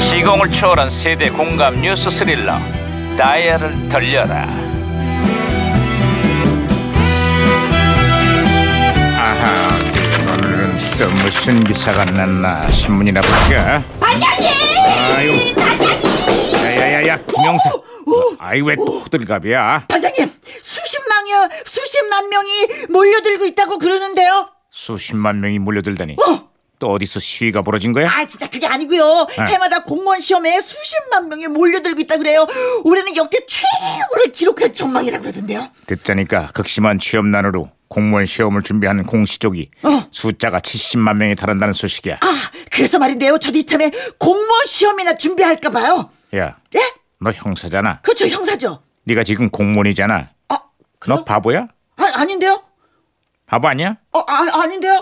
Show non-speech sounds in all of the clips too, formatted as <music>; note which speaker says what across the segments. Speaker 1: 시공을 초월한 세대 공감 뉴스 스릴러 다이얼을 돌려라 아하 오늘은 또 무슨 기사가 났나 신문이나 볼까 반장님 아유 야야야야
Speaker 2: 어,
Speaker 1: 김영사 아이 왜 또들갑이야
Speaker 2: 반장님 수십만여 수십만 명이 몰려들고 있다고 그러는데요.
Speaker 1: 수십만 명이 몰려들다니
Speaker 2: 어?
Speaker 1: 또 어디서 시위가 벌어진 거야?
Speaker 2: 아 진짜 그게 아니고요.
Speaker 1: 네.
Speaker 2: 해마다 공무원 시험에 수십만 명이 몰려들고 있다 그래요. 올해는 역대 최고를 기록할 전망이라 그러던데요.
Speaker 1: 듣자니까 극심한 취업난으로 공무원 시험을 준비하는 공시족이
Speaker 2: 어.
Speaker 1: 숫자가 70만 명에 달한다는 소식이야.
Speaker 2: 아 그래서 말인데요. 저도 이참에 공무원 시험이나 준비할까 봐요.
Speaker 1: 야,
Speaker 2: 예?
Speaker 1: 너 형사잖아.
Speaker 2: 그렇죠 형사죠.
Speaker 1: 네가 지금 공무원이잖아.
Speaker 2: 아
Speaker 1: 너
Speaker 2: 그럼?
Speaker 1: 바보야?
Speaker 2: 아 아닌데요?
Speaker 1: 바보 아니야?
Speaker 2: 어 아, 아닌데요?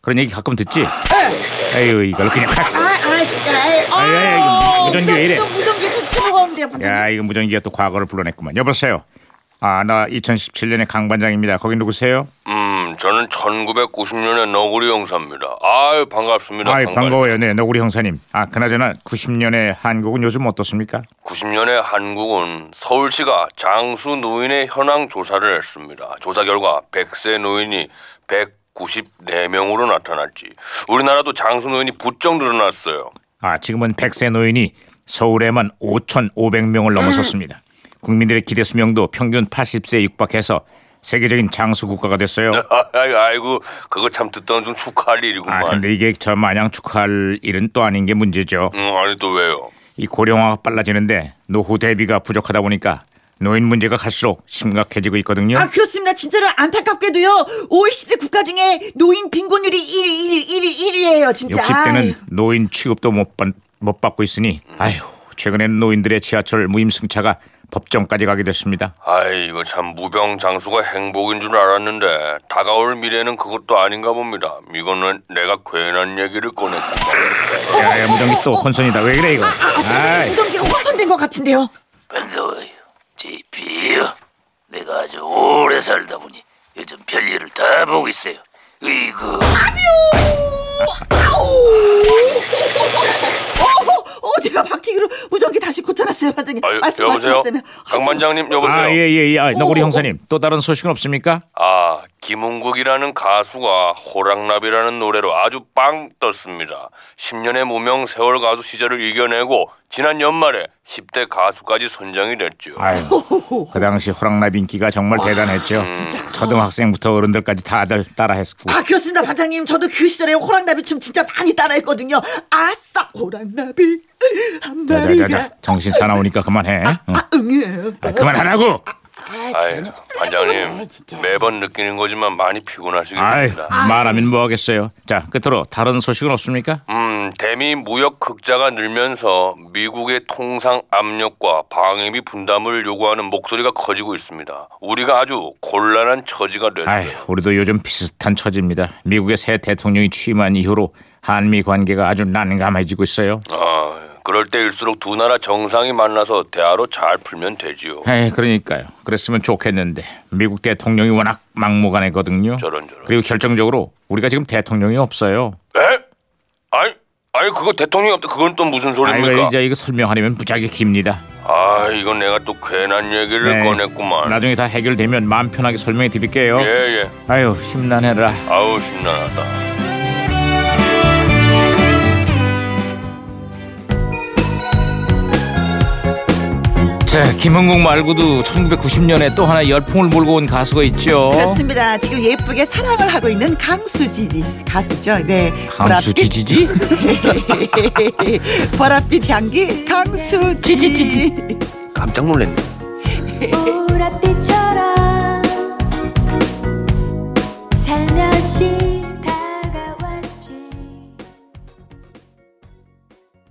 Speaker 1: 그런 얘기 가끔 듣지?
Speaker 2: 예.
Speaker 1: 에휴, 이걸 그냥
Speaker 2: 아,
Speaker 1: 확.
Speaker 2: 아, 진짜. 에이, 아,
Speaker 1: 아이, 아이, 이거 무전기 왜 이래?
Speaker 2: 또 무전기에서 신호가 온대요, 반장님.
Speaker 1: 야, 이거 무전기가 또 과거를 불러냈구만. 여보세요. 아, 나 2017년의 강 반장입니다. 거기 누구세요?
Speaker 3: 음, 저는 1990년의 너구리 형사입니다. 아유, 반갑습니다.
Speaker 1: 아이,
Speaker 3: 상관님.
Speaker 1: 반가워요. 네, 너구리 형사님. 아, 그나저나 90년의 한국은 요즘 어떻습니까?
Speaker 3: 90년의 한국은 서울시가 장수 노인의 현황 조사를 했습니다. 조사 결과 100세 노인이 194명으로 나타났지. 우리나라도 장수 노인이 부쩍 늘어났어요. <laughs>
Speaker 1: 아, 지금은 100세 노인이 서울에만 5,500명을 넘어섰습니다. 국민들의 기대 수명도 평균 80세에 육박해서 세계적인 장수 국가가
Speaker 3: 네,
Speaker 1: 됐어요.
Speaker 3: 아이고, 아이고, 그거 참 듣던 중 축하할 일이구만.
Speaker 1: 아, 근데 이게 저 마냥 축하할 일은 또 아닌 게 문제죠.
Speaker 3: 음, 아니 또 왜요?
Speaker 1: 이 고령화가 빨라지는데 노후 대비가 부족하다 보니까 노인 문제가 갈수록 심각해지고 있거든요.
Speaker 2: 아 그렇습니다. 진짜로 안타깝게도요. OECD 국가 중에 노인 빈곤율이 1위, 1위, 1위, 1위예요. 진짜.
Speaker 1: 60대는 노인 취급도 못, 받, 못 받고 있으니 아휴, 최근엔 노인들의 지하철 무임승차가 법정까지 가게 됐습니다.
Speaker 3: 아이 이거 참 무병 장수가 행복인 줄 알았는데 다가올 미래는 그것도 아닌가 봅니다. 이거는 내가 괜한 얘기를 꺼냈다.
Speaker 1: 야, 야, 무정기 또 혼선이다. 왜 그래 이거?
Speaker 2: 어. 아,
Speaker 1: 아이.
Speaker 2: 반장님 무전기가 혼선된 것 같은데요.
Speaker 4: 반가워요. JP요. 내가 아주 오래 살다 보니 요즘 별일을 다 보고 있어요. 이거
Speaker 2: <laughs> 어, 어, 제가 박치기로 무전기 다시 고쳐놨어요, 반장님.
Speaker 3: 아유, 여보세요? 네. 강반장님 여보세요?
Speaker 1: 아, 예, 예, 예. 아, 너구리
Speaker 2: 오, 오.
Speaker 1: 형사님, 또 다른 소식은 없습니까?
Speaker 3: 아, 김은국이라는 가수가 호랑나비라는 노래로 아주 빵 떴습니다. 10년의 무명 세월 가수 시절을 이겨내고 지난 연말에 10대 가수까지 선정이 됐죠.
Speaker 2: <laughs>
Speaker 1: 아유, 그 당시 호랑나비 인기가 정말 대단했죠. 초등학생부터 어른들까지 다들 따라했고.
Speaker 2: 아 그렇습니다, 반장님. 저도 그 시절에 호랑나비 춤 진짜 많이 따라했거든요. 아싸, 호랑나비 한
Speaker 1: 자, 자, 자,
Speaker 2: 마리가
Speaker 1: 자, 정신 사나우니까 그만해. 응.
Speaker 2: 아, 응이에요.
Speaker 1: 아, 그만하라고.
Speaker 3: 아유,
Speaker 2: 아,
Speaker 3: 반장님
Speaker 2: 진짜.
Speaker 3: 매번 느끼는 거지만 많이
Speaker 1: 아이,
Speaker 3: 피곤하시겠습니다.
Speaker 1: 말하면 뭐 하겠어요. 자, 끝으로 다른 소식은 없습니까?
Speaker 3: 음, 대미 무역 흑자가 늘면서 미국의 통상 압력과 방위비 분담을 요구하는 목소리가 커지고 있습니다. 우리가 아주 곤란한 처지가
Speaker 1: 아이,
Speaker 3: 됐어요.
Speaker 1: 우리도 요즘 비슷한 처지입니다. 미국의 새 대통령이 취임한 이후로 한미 관계가 아주 난감해지고 있어요.
Speaker 3: 아, 그럴 때일수록 두 나라 정상이 만나서 대화로 잘 풀면 되지요.
Speaker 1: 에이, 그러니까요. 그랬으면 좋겠는데 미국 대통령이 워낙 막무가내거든요.
Speaker 3: 저런 저런.
Speaker 1: 그리고 결정적으로 우리가 지금 대통령이 없어요.
Speaker 3: 에? 아니, 아니 그거 대통령이 없다. 그건 또 무슨
Speaker 1: 아이고
Speaker 3: 소리입니까?
Speaker 1: 이제 이거 설명하려면 무지하게 깁니다.
Speaker 3: 아, 이건 내가 또 괜한 얘기를
Speaker 1: 네.
Speaker 3: 꺼냈구만.
Speaker 1: 나중에 다 해결되면 마음 편하게 설명해 드릴게요.
Speaker 3: 예, 예.
Speaker 1: 아유 심란해라.
Speaker 3: 아우 심란하다.
Speaker 1: 자 김은국 말고도 1990년에 또 하나 열풍을 몰고 온 가수가 있죠.
Speaker 2: 그렇습니다. 지금 예쁘게 사랑을 하고 있는 강수지지 가수죠. 네.
Speaker 1: 강수
Speaker 2: 보랏빛-
Speaker 1: 지지지?
Speaker 2: <laughs> 보랏빛 향기 강수지지.
Speaker 4: 깜짝 놀랐네.